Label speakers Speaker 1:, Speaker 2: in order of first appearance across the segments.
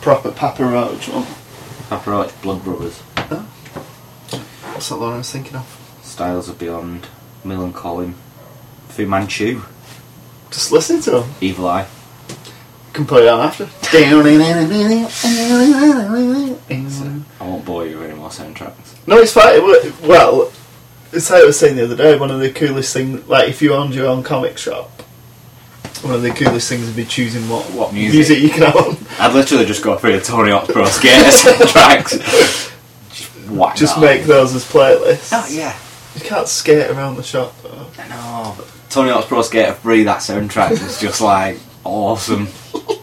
Speaker 1: proper Papa Roach Oh, one.
Speaker 2: Papa Roach, Blood Brothers,
Speaker 1: That's not the one I was thinking of.
Speaker 2: Styles of Beyond, Mill and Colin, Fu Manchu,
Speaker 1: Just listen to them.
Speaker 2: Evil Eye.
Speaker 1: Can play that after. no,
Speaker 2: I won't bore you with any more soundtracks.
Speaker 1: it's fine. It wa- Well, it's like I was saying the other day. One of the coolest things, like if you owned your own comic shop, one of the coolest things would be choosing what
Speaker 2: What music?
Speaker 1: music you can have on.
Speaker 2: I'd literally just go through the Tony Hawk's Pro Skater soundtracks. Just whack
Speaker 1: Just
Speaker 2: that
Speaker 1: make
Speaker 2: on.
Speaker 1: those as playlists.
Speaker 2: Oh, yeah.
Speaker 1: You can't skate around the shop though.
Speaker 2: No, but Tony Hawk's Pro Skater 3, that soundtrack was just like awesome.
Speaker 1: Oh,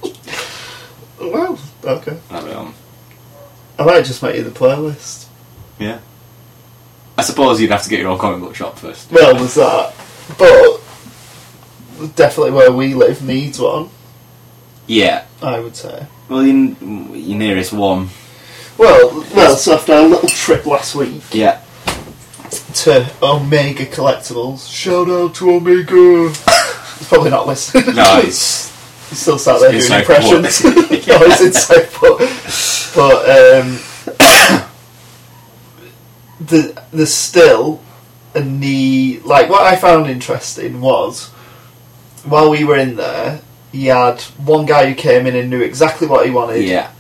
Speaker 1: Well, okay.
Speaker 2: That was, um,
Speaker 1: I might just make you the playlist.
Speaker 2: yeah. I suppose you'd have to get your own comic book shop first.
Speaker 1: Well, there's that. But definitely where we live needs one,
Speaker 2: Yeah.
Speaker 1: I would say.
Speaker 2: Well, your, your nearest one.
Speaker 1: Well, well, so after our little trip last week
Speaker 2: Yeah.
Speaker 1: to Omega Collectibles, shout out to Omega! He's probably not listening.
Speaker 2: No, it's
Speaker 1: He's still sat there
Speaker 2: It's
Speaker 1: doing
Speaker 2: in
Speaker 1: impressions.
Speaker 2: Southport.
Speaker 1: no, it's in Southport. But um, the, there's still a need. Like, what I found interesting was while we were in there, he had one guy who came in and knew exactly what he wanted
Speaker 2: yeah.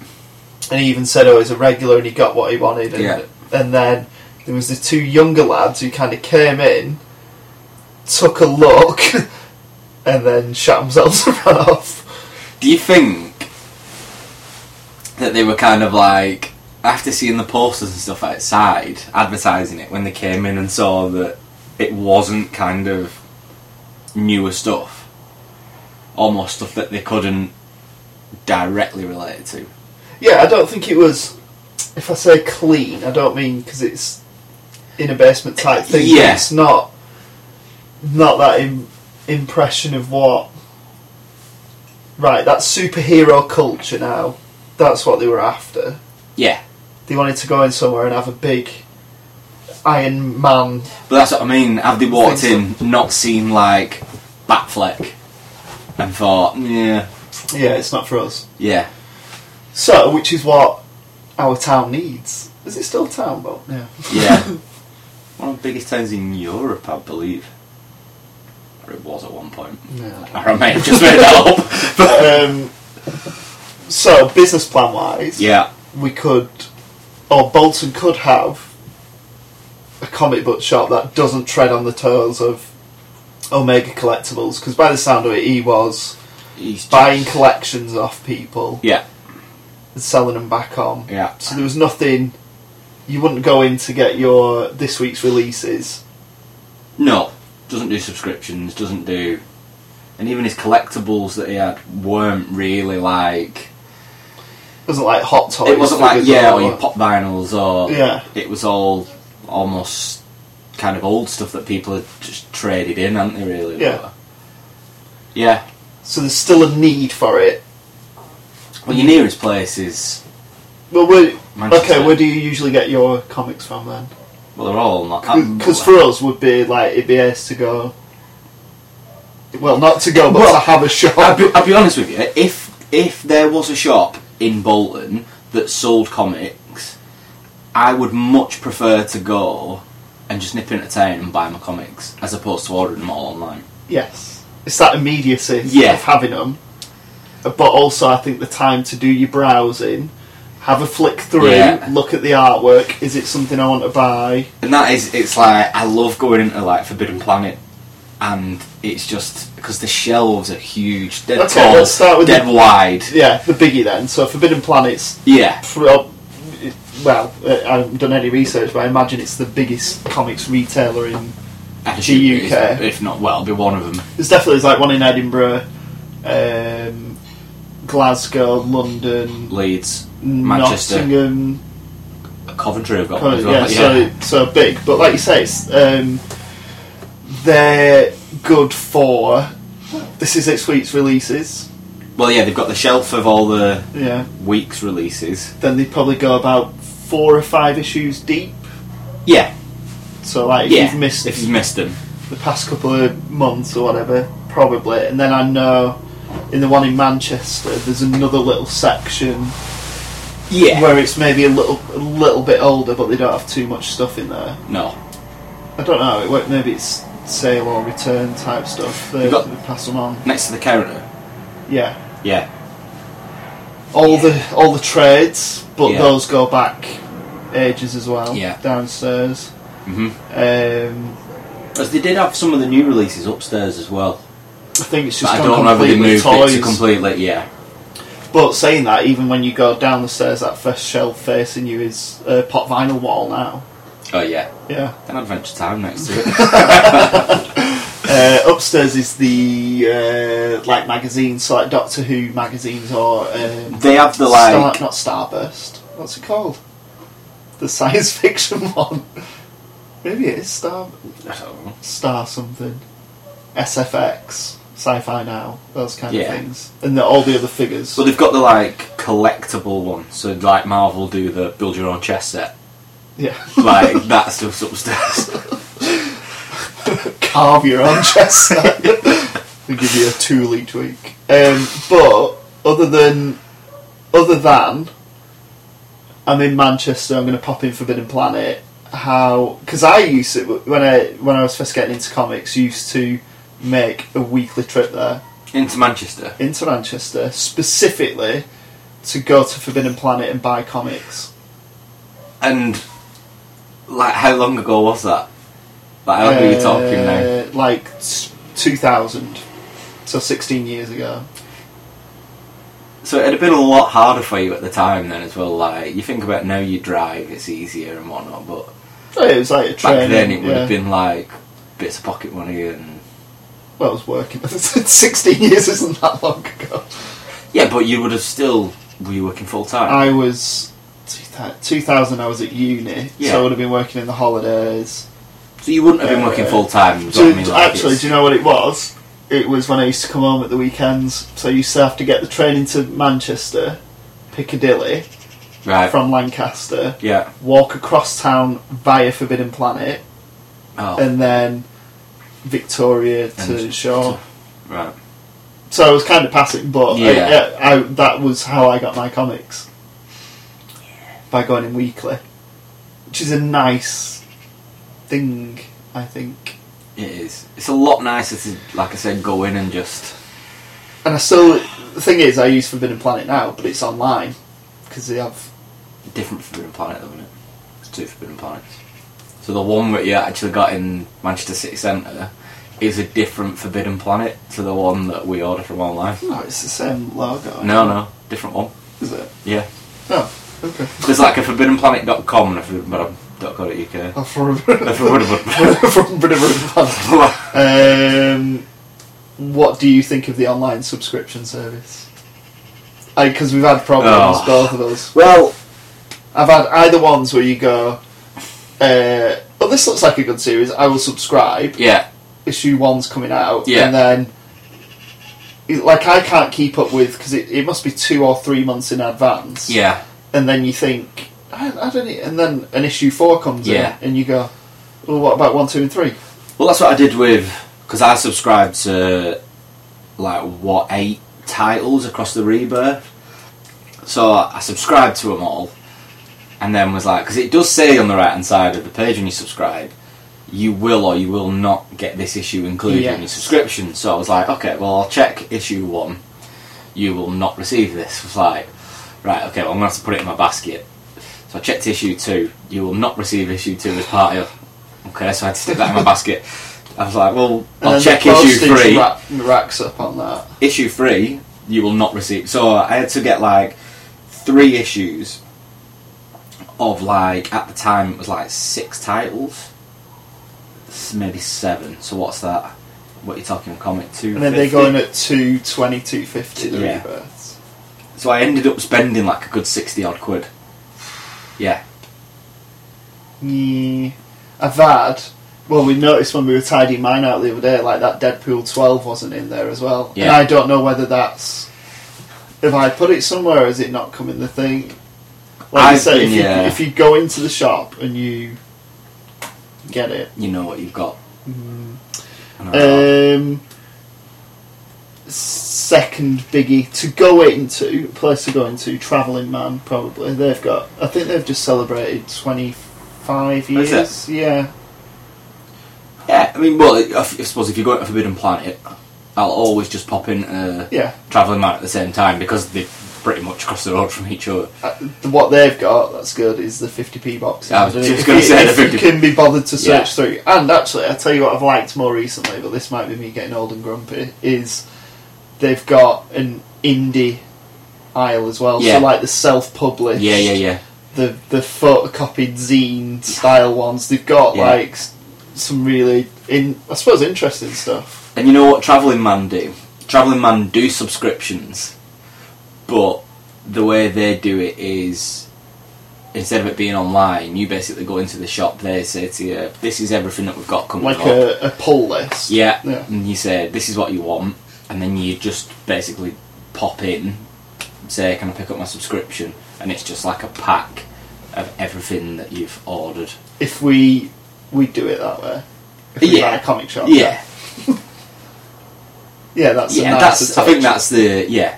Speaker 1: and he even said, "Oh, he's a regular," and he got what he wanted. And,
Speaker 2: Yeah.
Speaker 1: and then there was the two younger lads who kind of came in, took a look, and then shut themselves and ran off.
Speaker 2: Do you think that they were kind of like after seeing the posters and stuff outside advertising it when they came in and saw that it wasn't kind of newer stuff, almost stuff that they couldn't directly relate to?
Speaker 1: Yeah, I don't think it was. If I say clean, I don't mean because it's in a basement type thing. but
Speaker 2: Yeah.
Speaker 1: it's not not that Im- impression of what. Right, that's superhero culture now. That's what they were after.
Speaker 2: Yeah,
Speaker 1: they wanted to go in somewhere and have a big Iron Man.
Speaker 2: but that's what I mean. Have they walked in,
Speaker 1: Think
Speaker 2: not seen like Batfleck, and thought, yeah,
Speaker 1: Yeah, it's not for us.
Speaker 2: yeah,
Speaker 1: So, which is what our town needs. Is it still a town, Bob? Yeah.
Speaker 2: Yeah. one of the biggest towns in Europe, I believe. Or it was at one point.
Speaker 1: No.
Speaker 2: Or I may have just made that up. But
Speaker 1: um, so, business plan wise,
Speaker 2: yeah,
Speaker 1: we could, or Bolton could have, a comic book shop that doesn't tread on the toes of Omega Collectibles, because by the sound of it, he was
Speaker 2: he's
Speaker 1: buying collections off people
Speaker 2: Yeah,
Speaker 1: and selling them back on.
Speaker 2: yeah,
Speaker 1: So there was nothing. You wouldn't go in to get your this week's releases.
Speaker 2: no, doesn't do subscriptions, doesn't do, and even his collectibles that he had weren't really like.
Speaker 1: It wasn't like hot toys.
Speaker 2: it wasn't like
Speaker 1: figures
Speaker 2: yeah,
Speaker 1: or-
Speaker 2: or your pop vinyls, or
Speaker 1: Yeah.
Speaker 2: it was all almost kind of old stuff that people had just traded in, hadn't they? Really?
Speaker 1: Yeah.
Speaker 2: Yeah,
Speaker 1: So there's still a need for it.
Speaker 2: Well, your nearest place is
Speaker 1: Well, where,
Speaker 2: Manchester.
Speaker 1: okay, where do you usually get your comics from then?
Speaker 2: well, they're all not.
Speaker 1: Because for us, would be like it'd be nice to go. Well, not to go, but
Speaker 2: Well,
Speaker 1: to have a shop.
Speaker 2: I'll be, I'll be honest with you. If if there was a shop in Bolton that sold comics, I would much prefer to go and just nip into town and buy my comics as opposed to ordering them all online.
Speaker 1: yes, it's that immediacy
Speaker 2: Yeah.
Speaker 1: of having them. But also, I think the time to do your browsing, have a flick through,
Speaker 2: Yeah.
Speaker 1: look at the artwork. Is it something I want to buy?
Speaker 2: And that is, it's like I love going into like Forbidden Planet, and it's just because the shelves are huge, dead
Speaker 1: Okay,
Speaker 2: tall,
Speaker 1: let's start with
Speaker 2: dead
Speaker 1: the-
Speaker 2: wide.
Speaker 1: Yeah, the biggie then. So Forbidden Planet's
Speaker 2: Yeah,
Speaker 1: prob- well, uh, I haven't done any research, but I imagine it's the biggest comics retailer in.
Speaker 2: And
Speaker 1: The UK.
Speaker 2: If not, well, it'll be one of them.
Speaker 1: There's definitely there's like one in Edinburgh, um, Glasgow, London,
Speaker 2: Leeds, Manchester.
Speaker 1: Nottingham.
Speaker 2: Coventry have got one as
Speaker 1: Coventry,
Speaker 2: well.
Speaker 1: yeah, so so big. But like you say, it's, um, they're good for. This is this week's releases.
Speaker 2: Well, yeah, they've got the shelf of all the
Speaker 1: Yeah,
Speaker 2: week's releases.
Speaker 1: then they probably go about four or five issues deep.
Speaker 2: Yeah,
Speaker 1: So like
Speaker 2: yeah.
Speaker 1: you've missed
Speaker 2: if you've missed them.
Speaker 1: the past couple of months or whatever, probably. And then I know in the one in Manchester, there's another little section
Speaker 2: Yeah.
Speaker 1: where it's maybe a little a little bit older, but they don't have too much stuff in there.
Speaker 2: No.
Speaker 1: I don't know. It won't, maybe it's sale or return type stuff. They,
Speaker 2: You've got-
Speaker 1: they pass them on.
Speaker 2: Next to the counter.
Speaker 1: Yeah,
Speaker 2: Yeah.
Speaker 1: all the all the trades, but
Speaker 2: Yeah.
Speaker 1: those go back ages as well.
Speaker 2: Yeah.
Speaker 1: downstairs.
Speaker 2: hmm
Speaker 1: Um,
Speaker 2: As they did have some of the new releases upstairs as well.
Speaker 1: I think it's
Speaker 2: But
Speaker 1: just
Speaker 2: I
Speaker 1: gone
Speaker 2: don't know if they
Speaker 1: completely
Speaker 2: moved
Speaker 1: toys.
Speaker 2: it to completely. Yeah.
Speaker 1: But saying that, even when you go down the stairs, that first shelf facing you is a pot vinyl wall now.
Speaker 2: Oh yeah.
Speaker 1: Yeah.
Speaker 2: Then Adventure Time next to it.
Speaker 1: Uh, upstairs is the uh, like magazines, so like Doctor Who magazines or um,
Speaker 2: they have the
Speaker 1: Star-
Speaker 2: like.
Speaker 1: not Starburst. What's it called? The science fiction one. Maybe it is Star
Speaker 2: I don't know.
Speaker 1: Star something. SFX, Sci-Fi Now, those kind
Speaker 2: Yeah.
Speaker 1: of things, and the, all the other figures.
Speaker 2: So they've got the like collectible one. So like Marvel do the build your own chess set.
Speaker 1: yeah,
Speaker 2: Like that stuff's upstairs.
Speaker 1: carve your own chest. they give you a tool each week. Um, but other than other than I'm in Manchester, I'm going to pop in Forbidden Planet. How? Because I used to when I when I was first getting into comics, used to make a weekly trip there
Speaker 2: Into Manchester.
Speaker 1: into Manchester specifically to go to Forbidden Planet and buy comics.
Speaker 2: And like how long ago was that? Like how long are you talking now?
Speaker 1: Uh, Like s- 2000, so 16 years ago.
Speaker 2: So it'd have been a lot harder for you at the time then as well. Like you think about now you drive, it's easier and whatnot, but
Speaker 1: Yeah, It was like a train.
Speaker 2: back then it would
Speaker 1: yeah.
Speaker 2: have been like bits of pocket money and
Speaker 1: Well, I was working. 16 years isn't that long ago.
Speaker 2: yeah, but you would have still were you working full time?
Speaker 1: I was. 2000, 2000 I was at uni,
Speaker 2: Yeah.
Speaker 1: so I would have been working in the holidays.
Speaker 2: So you wouldn't have been working
Speaker 1: Uh,
Speaker 2: full time.
Speaker 1: Do you- actually, do you know what it was? It was when I used to come home at the weekends, so I used to have to get the train into Manchester, Piccadilly,
Speaker 2: right?
Speaker 1: from Lancaster,
Speaker 2: yeah.
Speaker 1: walk across town via Forbidden Planet,
Speaker 2: Oh,
Speaker 1: and then Victoria to
Speaker 2: And-
Speaker 1: Shaw.
Speaker 2: right.
Speaker 1: So I was kind of passing, but I-
Speaker 2: Yeah.
Speaker 1: I, I, that was how I got my comics by going in weekly, which is a nice thing, I think.
Speaker 2: It is. It's a lot nicer to, like I said, go in and just.
Speaker 1: And I still, the thing is, I use Forbidden Planet now, but it's online because they have.
Speaker 2: Different Forbidden Planet, though, isn't it? It's two Forbidden Planets. So the one that you actually got in Manchester City Centre is a different Forbidden Planet to the one that we order from online.
Speaker 1: No, it's the same logo.
Speaker 2: No, no, different one.
Speaker 1: is it?
Speaker 2: Yeah.
Speaker 1: Oh, okay.
Speaker 2: There's like a forbiddenplanet.com and a forbiddenplanet.co.uk.
Speaker 1: Oh, from
Speaker 2: A forbidden-
Speaker 1: from Forbidden Planet. Um, what do you think of the online subscription service? Because we've had problems,
Speaker 2: Oh.
Speaker 1: both of us.
Speaker 2: well,
Speaker 1: I've had either ones where you go, uh, oh, this looks like a good series, I will subscribe.
Speaker 2: yeah,
Speaker 1: Issue one's coming out,
Speaker 2: Yeah.
Speaker 1: and then, it- like, I can't keep up with, because it, it must be two or three months in advance.
Speaker 2: yeah,
Speaker 1: And then you think, I, I don't need, and then an issue four comes
Speaker 2: Yeah.
Speaker 1: in, and you go, well, what about one, two, and three?
Speaker 2: Well, that's what I did with because I subscribed to like what eight titles across the rebirth. So I subscribed to them all, and then was like, because it does say on the right hand side of the page when you subscribe, you will or you will not get this issue included in your
Speaker 1: Yes.
Speaker 2: subscription. So I was like, okay, well I'll check issue one. You will not receive this. I was like, right, okay, well I'm gonna have to put it in my basket. So I checked issue two. You will not receive issue two as part of. Okay, so I had to stick that in my basket. I was like, well,
Speaker 1: And
Speaker 2: I'll
Speaker 1: then the
Speaker 2: check issue
Speaker 1: postage
Speaker 2: three.
Speaker 1: ra- racks up on that.
Speaker 2: Issue three, you will not receive. So I had to get like three issues of like at the time it was like six titles, S- maybe seven. So what's that? What are you talking comic two?
Speaker 1: And then they go in at 220, 250, the
Speaker 2: Yeah.
Speaker 1: rebirths.
Speaker 2: So I ended up spending like a good sixty odd quid. Yeah,
Speaker 1: Yeah. I've had, well, we noticed when we were tidying mine out the other day, like that Deadpool 12 wasn't in there as well. And
Speaker 2: Yeah.
Speaker 1: I don't know whether that's, if I put it somewhere, is it not coming the thing? Like I
Speaker 2: I've
Speaker 1: say, if,
Speaker 2: been- yeah.
Speaker 1: you, if you go into the shop and you get it. Mm.
Speaker 2: Oh. you know what you've got. And I-
Speaker 1: Um, second biggie to go into, place to go into, Travelling Man probably. They've got, I think they've just celebrated 25
Speaker 2: Is it?
Speaker 1: years. Yeah.
Speaker 2: Yeah, I mean, well, I, I suppose if you go to Forbidden Planet, I'll always just pop in uh,
Speaker 1: Yeah.
Speaker 2: Travelling Man at the same time because they pretty much cross the road from each other.
Speaker 1: Uh, what they've got that's good is the 50p box.
Speaker 2: Yeah, I was
Speaker 1: If
Speaker 2: just
Speaker 1: you-
Speaker 2: gonna say
Speaker 1: if
Speaker 2: the
Speaker 1: you
Speaker 2: 50p.
Speaker 1: can be bothered to search
Speaker 2: Yeah.
Speaker 1: through. And actually, I tell you what I've liked more recently, but this might be me getting old and grumpy. Is they've got an indie aisle as well.
Speaker 2: Yeah.
Speaker 1: So like the self-published,
Speaker 2: Yeah, yeah, yeah.
Speaker 1: the the photocopied zine style ones. They've got
Speaker 2: Yeah.
Speaker 1: like s- some really in I suppose interesting stuff.
Speaker 2: And you know what Travelling Man do? Travelling Man do subscriptions, but the way they do it is instead of it being online, you basically go into the shop, they say to you, This is everything that we've got coming
Speaker 1: Like
Speaker 2: up.
Speaker 1: a, a pull list.
Speaker 2: Oh yeah,
Speaker 1: Yeah.
Speaker 2: and you say, This is what you want, and then you just basically pop in, say, Can I pick up my subscription? And it's just like a pack of everything that you've ordered.
Speaker 1: If we we do it that way. If we
Speaker 2: Yeah.
Speaker 1: buy a comic shop.
Speaker 2: Yeah.
Speaker 1: Yeah, that's a
Speaker 2: yeah,
Speaker 1: nice
Speaker 2: that's. I think
Speaker 1: touch.
Speaker 2: that's the yeah,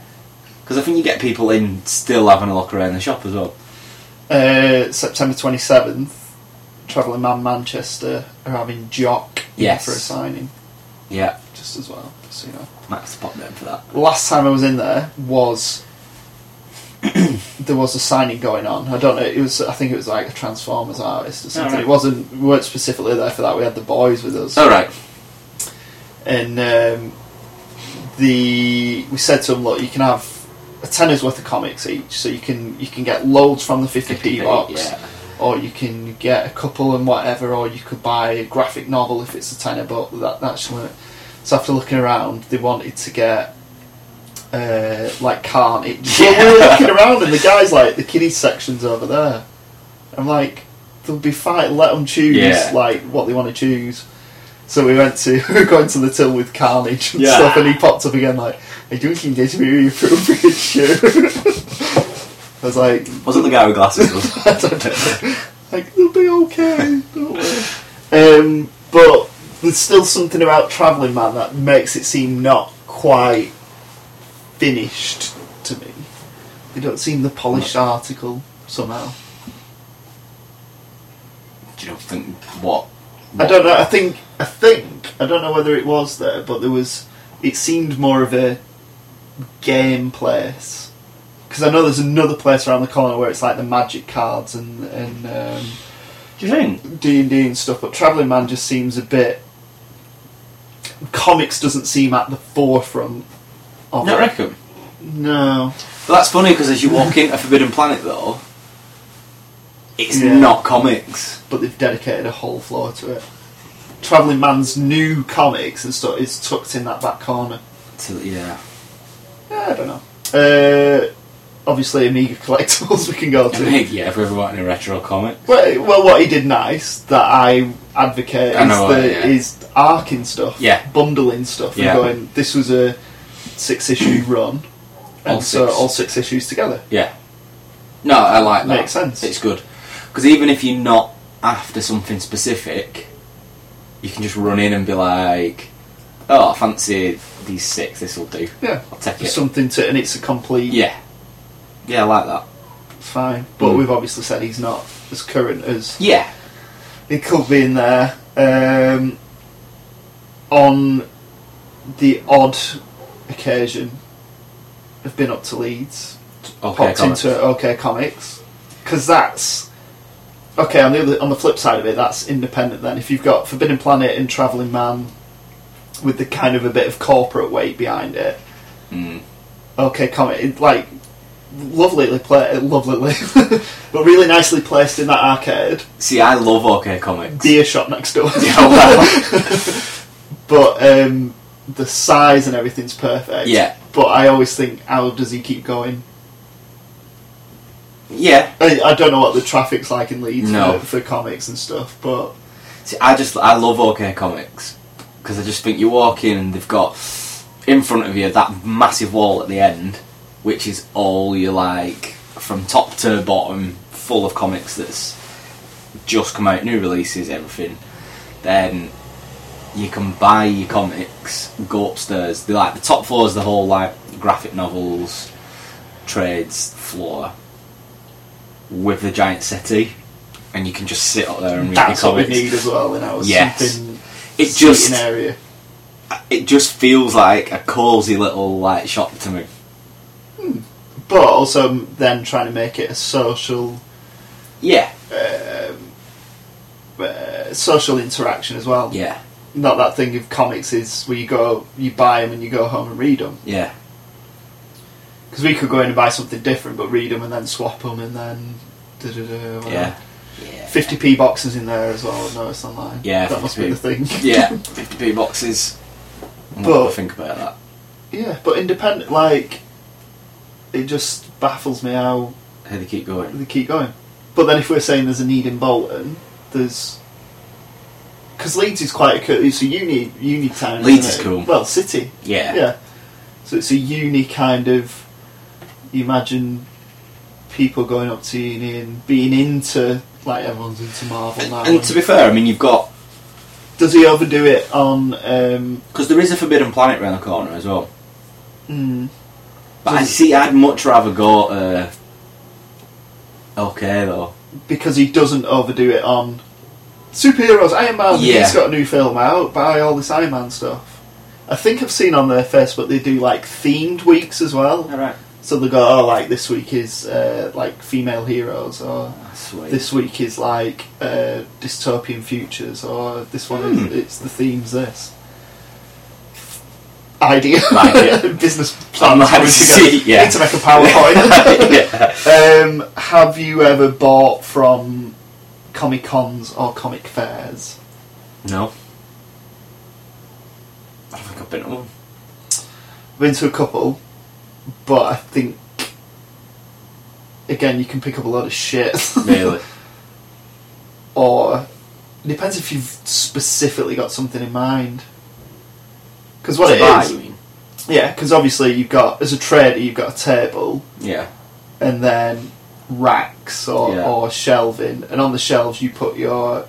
Speaker 2: because I think you get people in still having a look around the shop as well.
Speaker 1: Uh, September 27th, Travelling Man Manchester are having Jock
Speaker 2: Yes.
Speaker 1: for a signing,
Speaker 2: Yeah,
Speaker 1: just as well. So, you know.
Speaker 2: might have to pop them for that.
Speaker 1: Last time I was in there was. there was a signing going on. I don't know. It was. I think it was like a Transformers artist or something.
Speaker 2: Alright.
Speaker 1: It wasn't. We weren't specifically there for that. We had the boys with us.
Speaker 2: All right.
Speaker 1: and um, the we said to him, look, you can have a tenner's worth of comics each, so you can you can get loads from the 50p, box,
Speaker 2: Yeah.
Speaker 1: or you can get a couple and whatever, or you could buy a graphic novel if it's a tenner, but that that's the limit. So after looking around, they wanted to get. Uh, like carnage. Well, we were looking around, and the guys like the kiddies sections over there. I'm like, they'll be fine. Let them choose
Speaker 2: Yeah.
Speaker 1: like what they want to choose. So we went to we were going to the till with Carnage and
Speaker 2: Yeah.
Speaker 1: stuff, and he popped up again like, "I don't think this really appropriate shirt." I was like,
Speaker 2: Wasn't the guy with glasses? Was
Speaker 1: I don't know. like they'll be okay. Don't worry. Um, but there's still something about Travelling Man that makes it seem not quite finished to me. They don't seem the polished article somehow.
Speaker 2: do you not think what?
Speaker 1: I don't know. I think I think I don't know whether it was there, but there was. It seemed more of a game place because I know there's another place around the corner where it's like the magic cards and um, and
Speaker 2: Do you think?
Speaker 1: D and D and stuff. But Traveling Man just seems a bit. Comics doesn't seem at the forefront. Of
Speaker 2: Not
Speaker 1: it.
Speaker 2: reckon.
Speaker 1: No.
Speaker 2: Well, that's funny because as you walk into Forbidden Planet though, it's
Speaker 1: Yeah.
Speaker 2: not comics.
Speaker 1: but they've dedicated a whole floor to it. Traveling Man's new comics and stuff is tucked in that back corner.
Speaker 2: So, yeah.
Speaker 1: Yeah, I don't know. Uh, obviously, Amiga collectibles we can go to.
Speaker 2: yeah, if we ever wanted a retro comic.
Speaker 1: well, well, what he did nice that I advocate
Speaker 2: I
Speaker 1: is,
Speaker 2: know,
Speaker 1: the,
Speaker 2: yeah.
Speaker 1: is arcing stuff,
Speaker 2: Yeah.
Speaker 1: bundling stuff,
Speaker 2: Yeah.
Speaker 1: and going. This was a six issue run, and
Speaker 2: All
Speaker 1: so
Speaker 2: six.
Speaker 1: all six issues together.
Speaker 2: Yeah. No, I like that.
Speaker 1: Makes sense.
Speaker 2: It's good. Because even if you're not after something specific, you can just run in and be like, oh, I fancy these six, this will do.
Speaker 1: Yeah,
Speaker 2: I'll take it.
Speaker 1: Just something to, and it's a complete.
Speaker 2: yeah. Yeah, I like that.
Speaker 1: fine. But
Speaker 2: Mm.
Speaker 1: we've obviously said he's not as current as
Speaker 2: Yeah.
Speaker 1: It could be in there. Um, on the odd occasion, I've been up to Leeds,
Speaker 2: Okay,
Speaker 1: popped
Speaker 2: comic.
Speaker 1: into OK Comics, because that's okay. On the other, on the flip side of it, that's independent. Then, if you've got Forbidden Planet and Traveling Man, with the kind of a bit of corporate weight behind it,
Speaker 2: Mm.
Speaker 1: okay comic it, like lovely pla- lovely but really nicely placed in that arcade
Speaker 2: See, I love OK Comics.
Speaker 1: beer shop next door
Speaker 2: Yeah, well.
Speaker 1: but um, the size and everything's perfect
Speaker 2: Yeah.
Speaker 1: but I always think how does he keep going
Speaker 2: yeah.
Speaker 1: I, I don't know what the traffic's like in Leeds
Speaker 2: No.
Speaker 1: for, for comics and stuff but
Speaker 2: See, I just, I love OK Comics. Because I just think you walk in and they've got in front of you that massive wall at the end, which is all you like from top to bottom, full of comics that's just come out, new releases, everything. Then you can buy your comics, go upstairs. They like the top floor is the whole like graphic novels, trades floor with the giant settee, and you can just sit up there and read
Speaker 1: That's
Speaker 2: your
Speaker 1: what we
Speaker 2: comics.
Speaker 1: need as well in our
Speaker 2: Yes.
Speaker 1: sleeping,
Speaker 2: It
Speaker 1: sleeping
Speaker 2: just
Speaker 1: area.
Speaker 2: it just feels like a cosy little like shop to me.
Speaker 1: But also um, then trying to make it a social
Speaker 2: Yeah,
Speaker 1: uh, social interaction as well.
Speaker 2: yeah,
Speaker 1: Not that thing of comics is where you go, you buy them and you go home and read them.
Speaker 2: yeah,
Speaker 1: Because we could go in and buy something different, but read them and then swap them and then. da-da-da, whatever.
Speaker 2: yeah, yeah.
Speaker 1: 50p boxes in there as well, I've noticed online.
Speaker 2: Yeah,
Speaker 1: That must be the
Speaker 2: 50p.
Speaker 1: thing.
Speaker 2: Yeah, 50p boxes. I'm
Speaker 1: But-
Speaker 2: to think about that.
Speaker 1: yeah, but independent, like, it just baffles me how
Speaker 2: How they keep going.
Speaker 1: they keep going. But then if we're saying there's a need in Bolton, there's. Because Leeds is quite a cool. It's a uni, uni town. isn't
Speaker 2: Leeds is
Speaker 1: it?
Speaker 2: cool.
Speaker 1: Well, city.
Speaker 2: Yeah.
Speaker 1: Yeah. So it's a uni kind of. You imagine people going up to uni and being into. Like everyone's into Marvel now.
Speaker 2: And to be fair, I mean, you've got
Speaker 1: Does he overdo it on. Um,
Speaker 2: because there is a Forbidden Planet round the corner as well.
Speaker 1: mm,
Speaker 2: But
Speaker 1: So-
Speaker 2: I see, I'd much rather go. Uh, okay, though.
Speaker 1: because he doesn't overdo it on superheroes. Iron Man.
Speaker 2: Yeah.
Speaker 1: He's got a new film out. Buy all this Iron Man stuff. I think I've seen on their Facebook they do like themed weeks as well.
Speaker 2: All right.
Speaker 1: So they go, oh, like this week is uh, like female heroes, or
Speaker 2: Ah, Sweet.
Speaker 1: this week is like uh, dystopian futures, or this one
Speaker 2: Hmm.
Speaker 1: is it's the theme's this. Idea,
Speaker 2: Right, yeah.
Speaker 1: business
Speaker 2: I'm
Speaker 1: plan.
Speaker 2: happy
Speaker 1: coming
Speaker 2: to
Speaker 1: together.
Speaker 2: see, yeah.
Speaker 1: Need to make a PowerPoint.
Speaker 2: yeah.
Speaker 1: Um, have you ever bought from comic cons or comic fairs?
Speaker 2: No. I don't think I've been to one.
Speaker 1: Been to a couple, but I think again you can pick up a lot of shit.
Speaker 2: Really?
Speaker 1: or depends if you've specifically got something in mind. Because what
Speaker 2: To
Speaker 1: it
Speaker 2: buy,
Speaker 1: is,
Speaker 2: you mean?
Speaker 1: yeah. Because obviously you've got as a trader you've got a table
Speaker 2: Yeah.
Speaker 1: and then racks or,
Speaker 2: Yeah.
Speaker 1: or shelving, and on the shelves you put your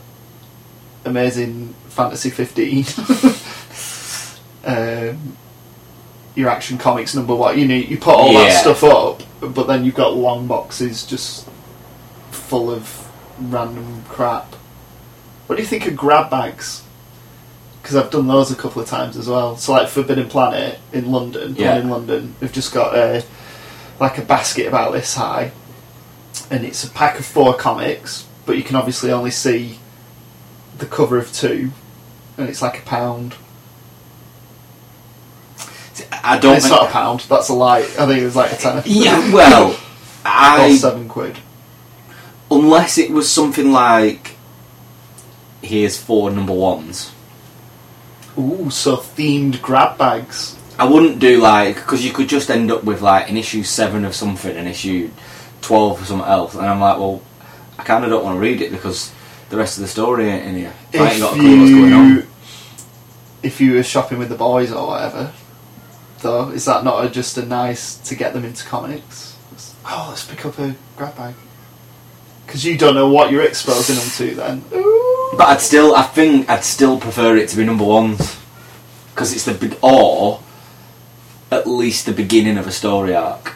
Speaker 1: amazing Fantasy 15, um, your Action Comics number one. You know, you put all that
Speaker 2: Yeah.
Speaker 1: stuff up, but then you've got long boxes just full of random crap. What do you think of grab bags? Because I've done those a couple of times as well. So, like Forbidden Planet in London,
Speaker 2: Yeah.
Speaker 1: yeah. in London, they've just got a like a basket about this high, and it's a pack of four comics, but you can obviously only see the cover of two, and it's like a pound.
Speaker 2: See, I don't.
Speaker 1: it's
Speaker 2: think-
Speaker 1: not a pound. That's a lie. I think it was like a tenner.
Speaker 2: Yeah. Well,
Speaker 1: or
Speaker 2: I
Speaker 1: seven quid.
Speaker 2: unless it was something like here's four number ones.
Speaker 1: Ooh, so themed grab bags.
Speaker 2: I wouldn't do like because you could just end up with like an issue seven of something, an issue twelve of something else, and I'm like, well, I kind of don't want to read it because the rest of the story ain't in here. I ain't got a clue what's going on.
Speaker 1: if you were shopping with the boys or whatever, though, is that not a, just a nice to get them into comics? It's, Oh, let's pick up a grab bag. Because you don't know what you're exposing them to then.
Speaker 2: But I'd still, I think I'd still prefer it to be number ones because it's the big or at least the beginning of a story arc.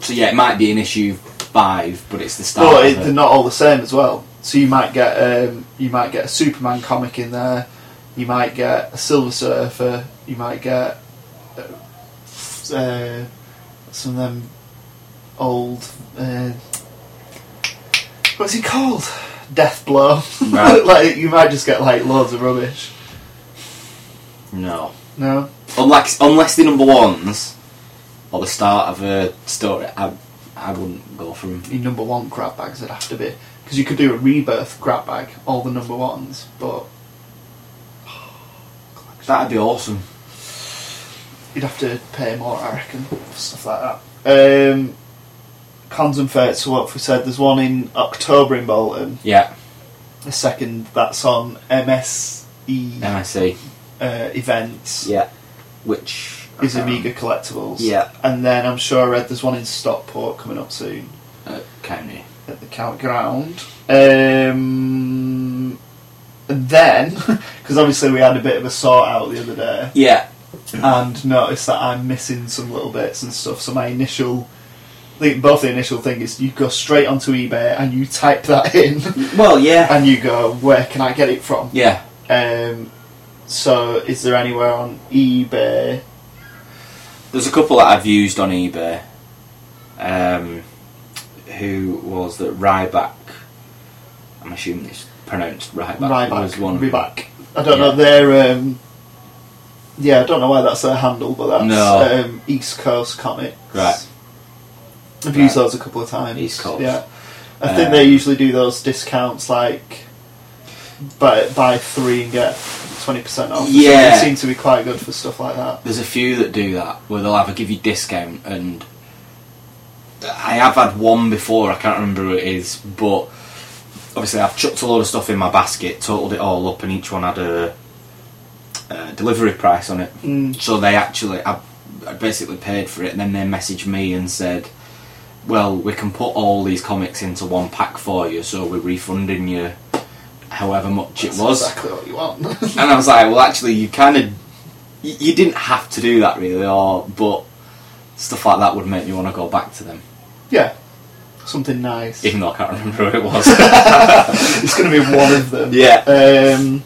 Speaker 2: So yeah, it might be an issue five, but it's the start.
Speaker 1: But it,
Speaker 2: of it.
Speaker 1: they're not all the same as well. So you might get um, you might get a Superman comic in there. You might get a Silver Surfer. You might get uh, uh, some of them old. Uh, what's he called? Death Blow.
Speaker 2: Right.
Speaker 1: like you might just get like loads of rubbish.
Speaker 2: no.
Speaker 1: No.
Speaker 2: Unless, unless the number ones or the start of a story, I, I wouldn't go for them.
Speaker 1: your number one grab bags would have to be because you could do a rebirth grab bag, all the number ones, but
Speaker 2: That'd be awesome.
Speaker 1: you'd have to pay more, I reckon, for stuff like that. Um, cons and fairs. So what we said, there's one in October in Bolton.
Speaker 2: Yeah,
Speaker 1: The second that's on MSE
Speaker 2: MSC.
Speaker 1: uh, events
Speaker 2: Yeah, which
Speaker 1: is Amiga Collectibles.
Speaker 2: Yeah.
Speaker 1: and then I'm sure I read there's one in Stockport coming up soon.
Speaker 2: uh, county.
Speaker 1: at the campground. Um, and then, because obviously we had a bit of a sort out the other day,
Speaker 2: Yeah.
Speaker 1: and noticed that I'm missing some little bits and stuff. So my initial, I think both the initial thing is you go straight onto eBay and you type that in,
Speaker 2: Well, yeah.
Speaker 1: and you go, where can I get it from?
Speaker 2: Yeah.
Speaker 1: Um, so is there anywhere on eBay?
Speaker 2: There's a couple that I've used on eBay. Um, who was that? Ryback. I'm assuming it's pronounced Ryback.
Speaker 1: Ryback,
Speaker 2: Was one.
Speaker 1: Ryback. I don't
Speaker 2: Yeah.
Speaker 1: know. They're um, yeah, I don't know why that's their handle, but that's
Speaker 2: No.
Speaker 1: um, East Coast Comics.
Speaker 2: Right.
Speaker 1: I've used
Speaker 2: Right.
Speaker 1: those a couple of times.
Speaker 2: East Coast.
Speaker 1: Yeah, I think they
Speaker 2: Um,
Speaker 1: usually do those discounts like buy buy three and get twenty percent off. So
Speaker 2: Yeah.
Speaker 1: they seem to be quite good for stuff like that.
Speaker 2: There's a few that do that where they'll either give you discount and I have had one before. I can't remember who it is, but obviously I've chucked a load of stuff in my basket, totaled it all up, and each one had a, uh delivery price on it.
Speaker 1: Mm.
Speaker 2: So they actually, I, I basically paid for it, and then they messaged me and said, "Well, we can put all these comics into one pack for you, so we're refunding you however much
Speaker 1: That's
Speaker 2: it was."
Speaker 1: exactly what you want.
Speaker 2: And I was like, well, actually, you kind of, you, you didn't have to do that really, or but stuff like that would make me want to go back to them,
Speaker 1: yeah, something nice.
Speaker 2: even though I can't remember who it was.
Speaker 1: it's going to be one of them.
Speaker 2: Yeah.
Speaker 1: Um,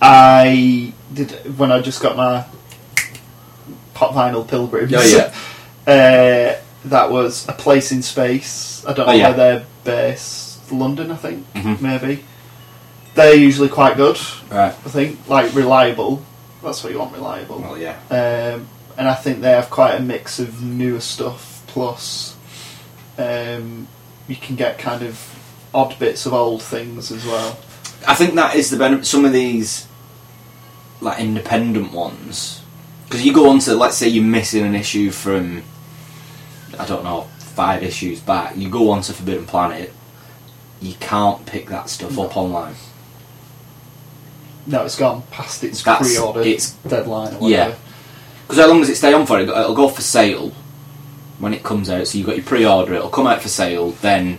Speaker 1: I did when I just got my pop vinyl pilgrims.
Speaker 2: Oh, yeah.
Speaker 1: uh, that was a place in space. I don't
Speaker 2: Oh,
Speaker 1: know
Speaker 2: yeah.
Speaker 1: where they're based. London, I think.
Speaker 2: Mhm.
Speaker 1: Maybe they're usually quite good.
Speaker 2: right.
Speaker 1: I think like reliable. That's what you want, reliable.
Speaker 2: Well, yeah.
Speaker 1: Um, and I think they have quite a mix of newer stuff plus um, you can get kind of odd bits of old things as well.
Speaker 2: I think that is the benefit. Some of these, like independent ones, because you go on to, let's say, you're missing an issue from, I don't know, five issues back. You go on to Forbidden Planet. You can't pick that stuff up online.
Speaker 1: No, it's gone past its
Speaker 2: That's-
Speaker 1: pre-order
Speaker 2: it's-
Speaker 1: deadline. Or
Speaker 2: yeah.
Speaker 1: whatever.
Speaker 2: Because how long does it stay on for? It'll- It'll go for sale when it comes out. So you've got your pre-order. It'll come out for sale. Then,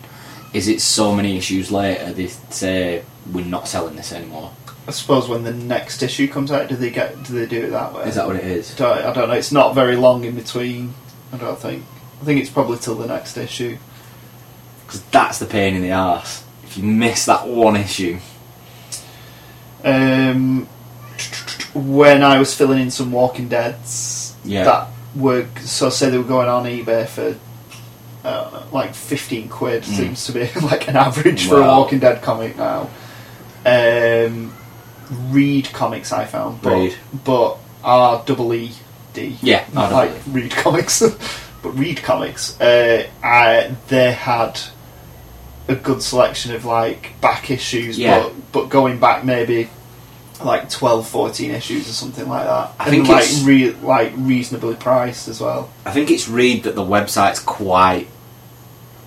Speaker 2: is it so many issues later they say we're not selling this anymore?
Speaker 1: I suppose when the next issue comes out, do they get do they do it that way?
Speaker 2: Is that what it is?
Speaker 1: Don't, I don't know. It's not very long in between. I don't think. I think it's probably till the next issue.
Speaker 2: Because that's the pain in the arse. If you miss that one issue,
Speaker 1: Um, when I was filling in some Walking Dead's
Speaker 2: Yeah.
Speaker 1: that were so say they were going on eBay for uh, like fifteen quid
Speaker 2: Hmm.
Speaker 1: seems to be like an average for a
Speaker 2: Wow.
Speaker 1: Walking Dead comic now. Um, read comics I found, but
Speaker 2: Read.
Speaker 1: but R double E D
Speaker 2: Yeah,
Speaker 1: not
Speaker 2: R double E.
Speaker 1: like read comics, but read comics. Uh, I they had a good selection of like back issues,
Speaker 2: Yeah.
Speaker 1: but but going back maybe like 12, 14 issues or something like that.
Speaker 2: I
Speaker 1: and
Speaker 2: think
Speaker 1: like
Speaker 2: it's-
Speaker 1: re- like reasonably priced as well.
Speaker 2: I think it's read that the website's quite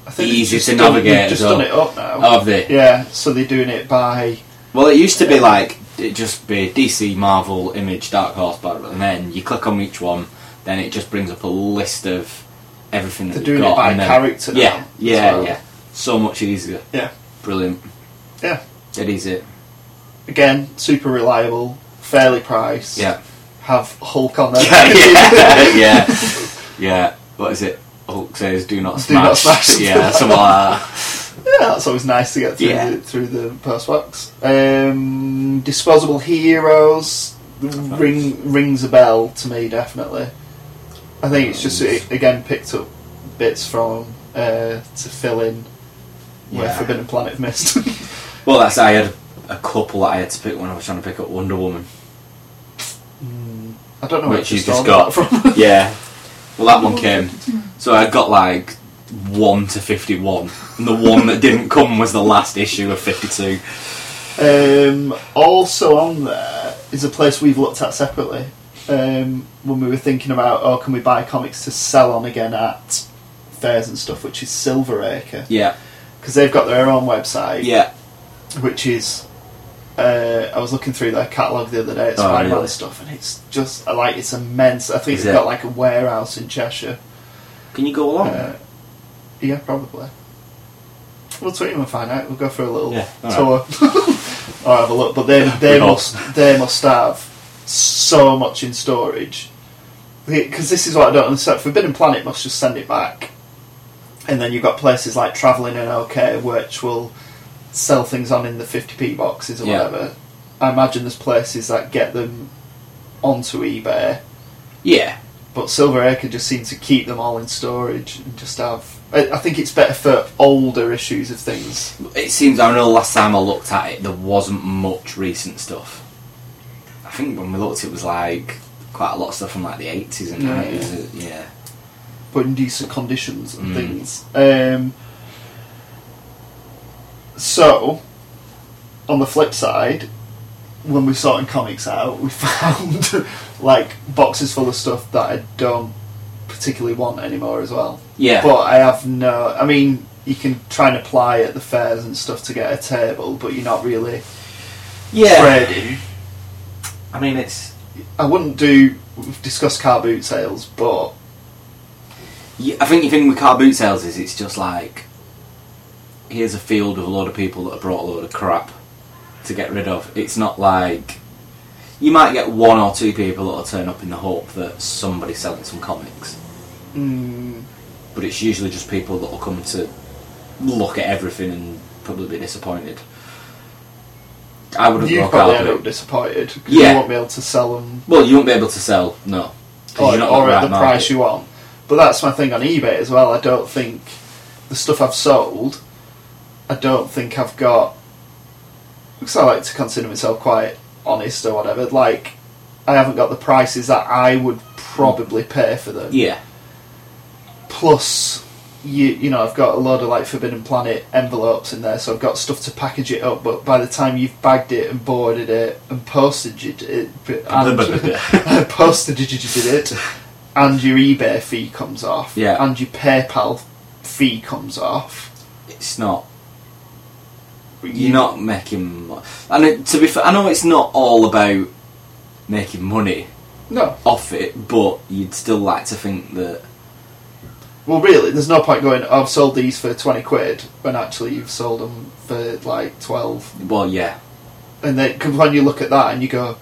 Speaker 1: I think they've
Speaker 2: Easy
Speaker 1: just
Speaker 2: to
Speaker 1: done-
Speaker 2: navigate
Speaker 1: they've
Speaker 2: as
Speaker 1: Just
Speaker 2: well. Oh,
Speaker 1: done it up now.
Speaker 2: of the.
Speaker 1: Yeah, so they're doing it by
Speaker 2: Well, it used to be
Speaker 1: Yeah.
Speaker 2: like it just be DC, Marvel, Image, Dark Horse, Battle, and then you click on each one, then it just brings up a list of everything that
Speaker 1: they're
Speaker 2: you've
Speaker 1: doing
Speaker 2: got,
Speaker 1: it by
Speaker 2: and then-
Speaker 1: character. now
Speaker 2: Yeah,
Speaker 1: as
Speaker 2: yeah,
Speaker 1: well.
Speaker 2: yeah. So much easier.
Speaker 1: Yeah.
Speaker 2: Brilliant.
Speaker 1: yeah.
Speaker 2: It is it.
Speaker 1: Again, super reliable, fairly priced.
Speaker 2: Yeah.
Speaker 1: Have Hulk on there.
Speaker 2: yeah, yeah, yeah, yeah. What is it? Hulk says, "Do not
Speaker 1: Do not
Speaker 2: smash."
Speaker 1: smash.
Speaker 2: yeah, something like that.
Speaker 1: Yeah, that's always nice to get through
Speaker 2: Yeah.
Speaker 1: the, through the post box. Um, Disposable Heroes ring rings a bell to me definitely. I think it's just it, again picked up bits from uh, to fill in where
Speaker 2: Yeah.
Speaker 1: Forbidden Planet missed.
Speaker 2: Well, that's I had a couple that I had to pick when I was trying to pick up Wonder Woman.
Speaker 1: I don't know where
Speaker 2: Which you
Speaker 1: to
Speaker 2: just
Speaker 1: start
Speaker 2: got.
Speaker 1: that from.
Speaker 2: Yeah. Well, that one came. So I got like one to fifty-one, and the one that didn't come was the last issue of fifty-two.
Speaker 1: um, also on there is a place we've looked at separately um, when we were thinking about oh can we buy comics to sell on again at fairs and stuff, which is Silveracre.
Speaker 2: Yeah,
Speaker 1: because they've got their own website,
Speaker 2: yeah,
Speaker 1: which is. Uh, I was looking through their catalogue the other day. It's
Speaker 2: Oh,
Speaker 1: Spider-Man
Speaker 2: really?
Speaker 1: stuff, and it's just uh, like it's immense. I think
Speaker 2: Is
Speaker 1: they've
Speaker 2: it?
Speaker 1: got like a warehouse in Cheshire.
Speaker 2: Can you go along?
Speaker 1: Uh, yeah, probably. We'll tweet them and find out. We'll go for a little
Speaker 2: Yeah, all
Speaker 1: tour. I'll have a look. But they
Speaker 2: We
Speaker 1: they
Speaker 2: hope.
Speaker 1: must they must have so much in storage because this is what I don't understand. Forbidden Planet must just send it back, and then you've got places like Traveling and OK, which will sell things on in the fifty p boxes or
Speaker 2: Yeah.
Speaker 1: whatever. I imagine there's places that get them onto eBay.
Speaker 2: Yeah.
Speaker 1: But Silver Acre just seems to keep them all in storage and just have. I, I think it's better for older issues of things.
Speaker 2: It seems, I know the last time I looked at it, there wasn't much recent stuff. I think when we looked, it was like quite a lot of stuff from like the 80s and
Speaker 1: Yeah,
Speaker 2: 90s. Yeah.
Speaker 1: But in decent conditions and
Speaker 2: Mm.
Speaker 1: things. Um, so, on the flip side, when we sorting comics out, we found like boxes full of stuff that I don't particularly want anymore as well.
Speaker 2: Yeah.
Speaker 1: But I have no. I mean, you can try and apply at the fairs and stuff to get a table, but you're not really
Speaker 2: yeah.
Speaker 1: ready.
Speaker 2: I mean, it's.
Speaker 1: I wouldn't do we've discussed car boot sales, but
Speaker 2: Yeah, I think the thing with car boot sales is it's just like here's a field of a lot of people that have brought a load of crap to get rid of. It's not like you might get one or two people that'll turn up in the hope that somebody's selling some comics,
Speaker 1: mm,
Speaker 2: but it's usually just people that'll come to look at everything and probably be disappointed. I wouldn't
Speaker 1: you
Speaker 2: go
Speaker 1: probably
Speaker 2: car
Speaker 1: end up
Speaker 2: boot.
Speaker 1: disappointed 'cause
Speaker 2: Yeah.
Speaker 1: you won't be able to sell them
Speaker 2: Well, you won't be able to sell, no, 'cause
Speaker 1: or,
Speaker 2: you're not
Speaker 1: or
Speaker 2: in
Speaker 1: at the
Speaker 2: right
Speaker 1: price
Speaker 2: market.
Speaker 1: you want. But that's my thing on eBay as well. I don't think the stuff I've sold, I don't think I've got. Because I like to consider myself quite honest or whatever. Like, I haven't got the prices that I would probably pay for them.
Speaker 2: Yeah,
Speaker 1: plus you you know I've got a load of like Forbidden Planet envelopes in there, so I've got stuff to package it up. But by the time you've bagged it and boarded it and posted it, it and posted it, it, and your eBay fee comes off,
Speaker 2: Yeah.
Speaker 1: and your PayPal fee comes off,
Speaker 2: it's not You're not making, mo- and it, to be fair, I know it's not all about making money
Speaker 1: no.
Speaker 2: off it, but you'd still like to think that.
Speaker 1: Well, really, there's no point going. I've sold these for twenty quid when actually you've sold them for like twelve.
Speaker 2: Well, yeah,
Speaker 1: And then cause when you look at that and you go,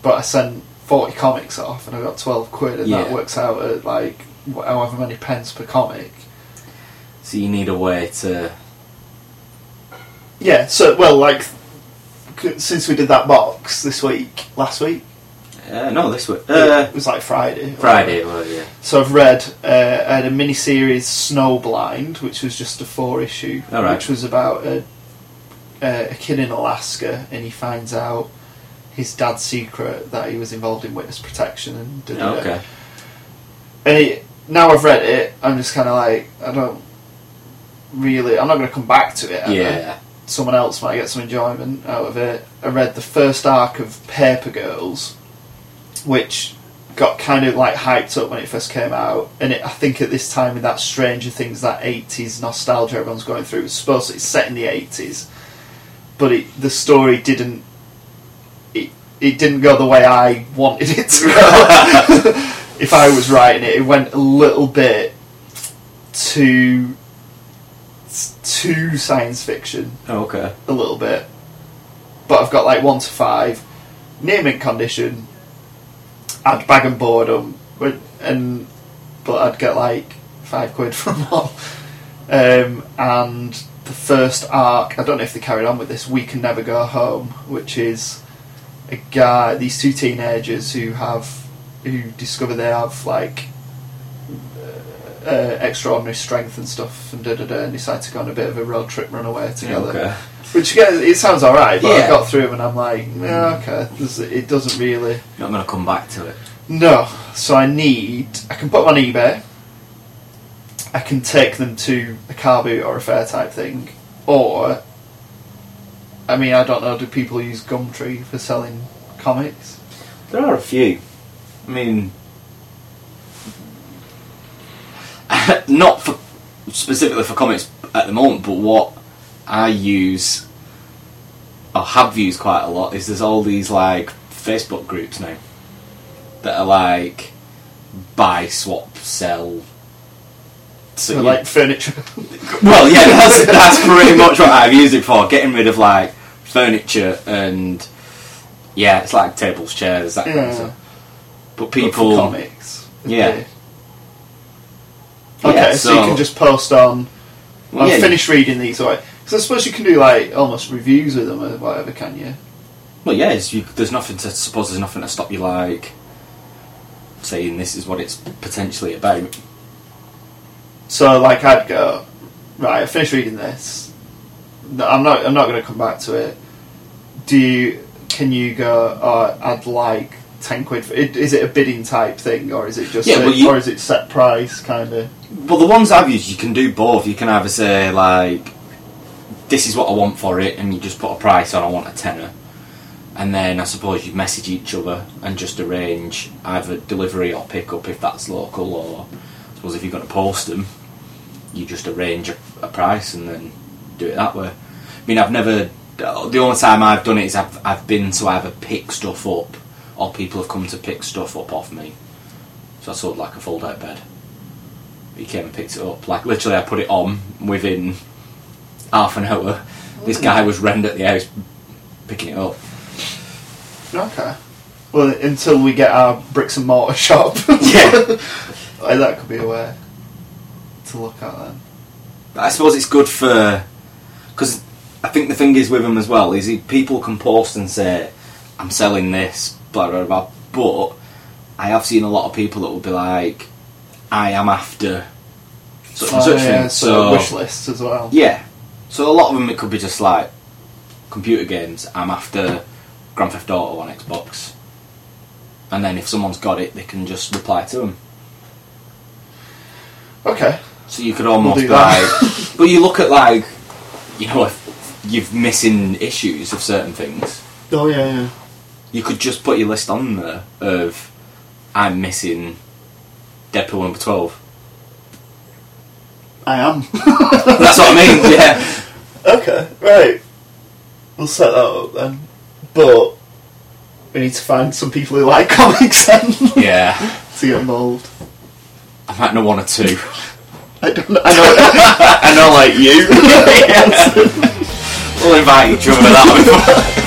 Speaker 1: but I sent 40 comics off and I got 12 quid, and
Speaker 2: Yeah.
Speaker 1: that works out at like wh- however many pence per comic.
Speaker 2: so you need a way to.
Speaker 1: Yeah, so, well, like, c- since we did that box this week, last week,
Speaker 2: Uh, no, this way. Uh,
Speaker 1: it was like Friday.
Speaker 2: Friday, well, yeah.
Speaker 1: So I've read, uh, I had a mini series Snowblind, which was just a four issue,
Speaker 2: All right.
Speaker 1: which was about a, uh, a kid in Alaska and he finds out his dad's secret that he was involved in witness protection and did
Speaker 2: Oh, okay.
Speaker 1: And it, now I've read it, I'm just kind of like, I don't really, I'm not going to come back to it. am I?
Speaker 2: Yeah.
Speaker 1: Someone else might get some enjoyment out of it. I read the first arc of Paper Girls, which got kind of like hyped up when it first came out. And it, I think at this time, in that Stranger Things, that 80s nostalgia everyone's going through, it's supposed to, it's set in the 80s. But it, the story didn't. It, it didn't go the way I wanted it to go. if I was writing it, it went a little bit too too science fiction
Speaker 2: Oh, okay.
Speaker 1: a little bit, but I've got like one to five. Naming condition, I'd bag and boredom, but and but I'd get like five quid from all. Um, and the first arc, I don't know if they carried on with this. We can never go home, which is a guy, these two teenagers who have who discover they have like uh, uh, extraordinary strength and stuff, and da da da, and decide to go on a bit of a road trip runaway
Speaker 2: Yeah,
Speaker 1: together.
Speaker 2: okay.
Speaker 1: Which again, it sounds alright, but
Speaker 2: Yeah.
Speaker 1: I got through them and I'm like, yeah, okay, this, it doesn't really.
Speaker 2: Not going to come back to it.
Speaker 1: No, so I need. I can put them on eBay. I can take them to a car boot or a fair type thing, or. I mean, I don't know. Do people use Gumtree for selling comics?
Speaker 2: There are a few. I mean, not for specifically for comics at the moment, but what I use or have used quite a lot is there's all these like Facebook groups now that are like buy, swap, sell.
Speaker 1: So
Speaker 2: So you-
Speaker 1: like furniture.
Speaker 2: well, yeah, that's that's pretty much what I've used it for. Getting rid of like furniture and yeah, it's like tables, chairs, that kind of
Speaker 1: Yeah.
Speaker 2: stuff. But
Speaker 1: But for
Speaker 2: people,
Speaker 1: comics.
Speaker 2: Yeah.
Speaker 1: Okay, Okay, so, you can just post on.
Speaker 2: well,
Speaker 1: I've
Speaker 2: yeah,
Speaker 1: finished reading these, like, because I suppose you can do like almost reviews with them or whatever, can you?
Speaker 2: Well, yeah, it's, you, there's nothing to suppose there's nothing to stop you like saying this is what it's potentially about.
Speaker 1: So like I'd go, right, I finished reading this. No, I'm not I'm not gonna come back to it. Do you can you go oh, I'd like ten quid for it, is it a bidding type thing or is it just
Speaker 2: Yeah,
Speaker 1: a-
Speaker 2: well, you-
Speaker 1: or is it set price kinda?
Speaker 2: Well, the ones I've used, you can do both. You can either say like, "This is what I want for it," and you just put a price on. I want a tenner, and then I suppose you message each other and just arrange either delivery or pickup if that's local, or I suppose if you're going to post them, you just arrange a, a price and then do it that way. I mean, I've never. The only time I've done it is I've I've been to either pick stuff up, or people have come to pick stuff up off me. So I sold like a fold out bed he came and picked it up. Like literally, I put it on within half an hour. This guy was rend at the house picking it up.
Speaker 1: Okay. Well until we get our bricks and mortar shop.
Speaker 2: Yeah.
Speaker 1: Like, that could be a way to look at then.
Speaker 2: But I suppose it's good for because I think the thing is with him as well is he, people can post and say I'm selling this, blah blah blah. But I have seen a lot of people that will be like, I am after such and
Speaker 1: Oh,
Speaker 2: such
Speaker 1: yeah,
Speaker 2: thing.
Speaker 1: so,
Speaker 2: So
Speaker 1: wish lists as well.
Speaker 2: Yeah. So a lot of them it could be just like computer games. I'm after Grand Theft Auto on Xbox, and then if someone's got it, they can just reply to them.
Speaker 1: Okay.
Speaker 2: So you could almost
Speaker 1: We'll
Speaker 2: be
Speaker 1: do
Speaker 2: like, but you look at like, you know, if you've missing issues of certain things,
Speaker 1: Oh yeah, yeah.
Speaker 2: you could just put your list on there of I'm missing Deadpool number twelve.
Speaker 1: I am.
Speaker 2: That's what I mean. Yeah.
Speaker 1: Okay, right. We'll set that up then. But we need to find some people who like comics then to
Speaker 2: Yeah.
Speaker 1: get involved.
Speaker 2: I might know one or two.
Speaker 1: I don't know. I know, I know like you.
Speaker 2: We'll invite each other that one.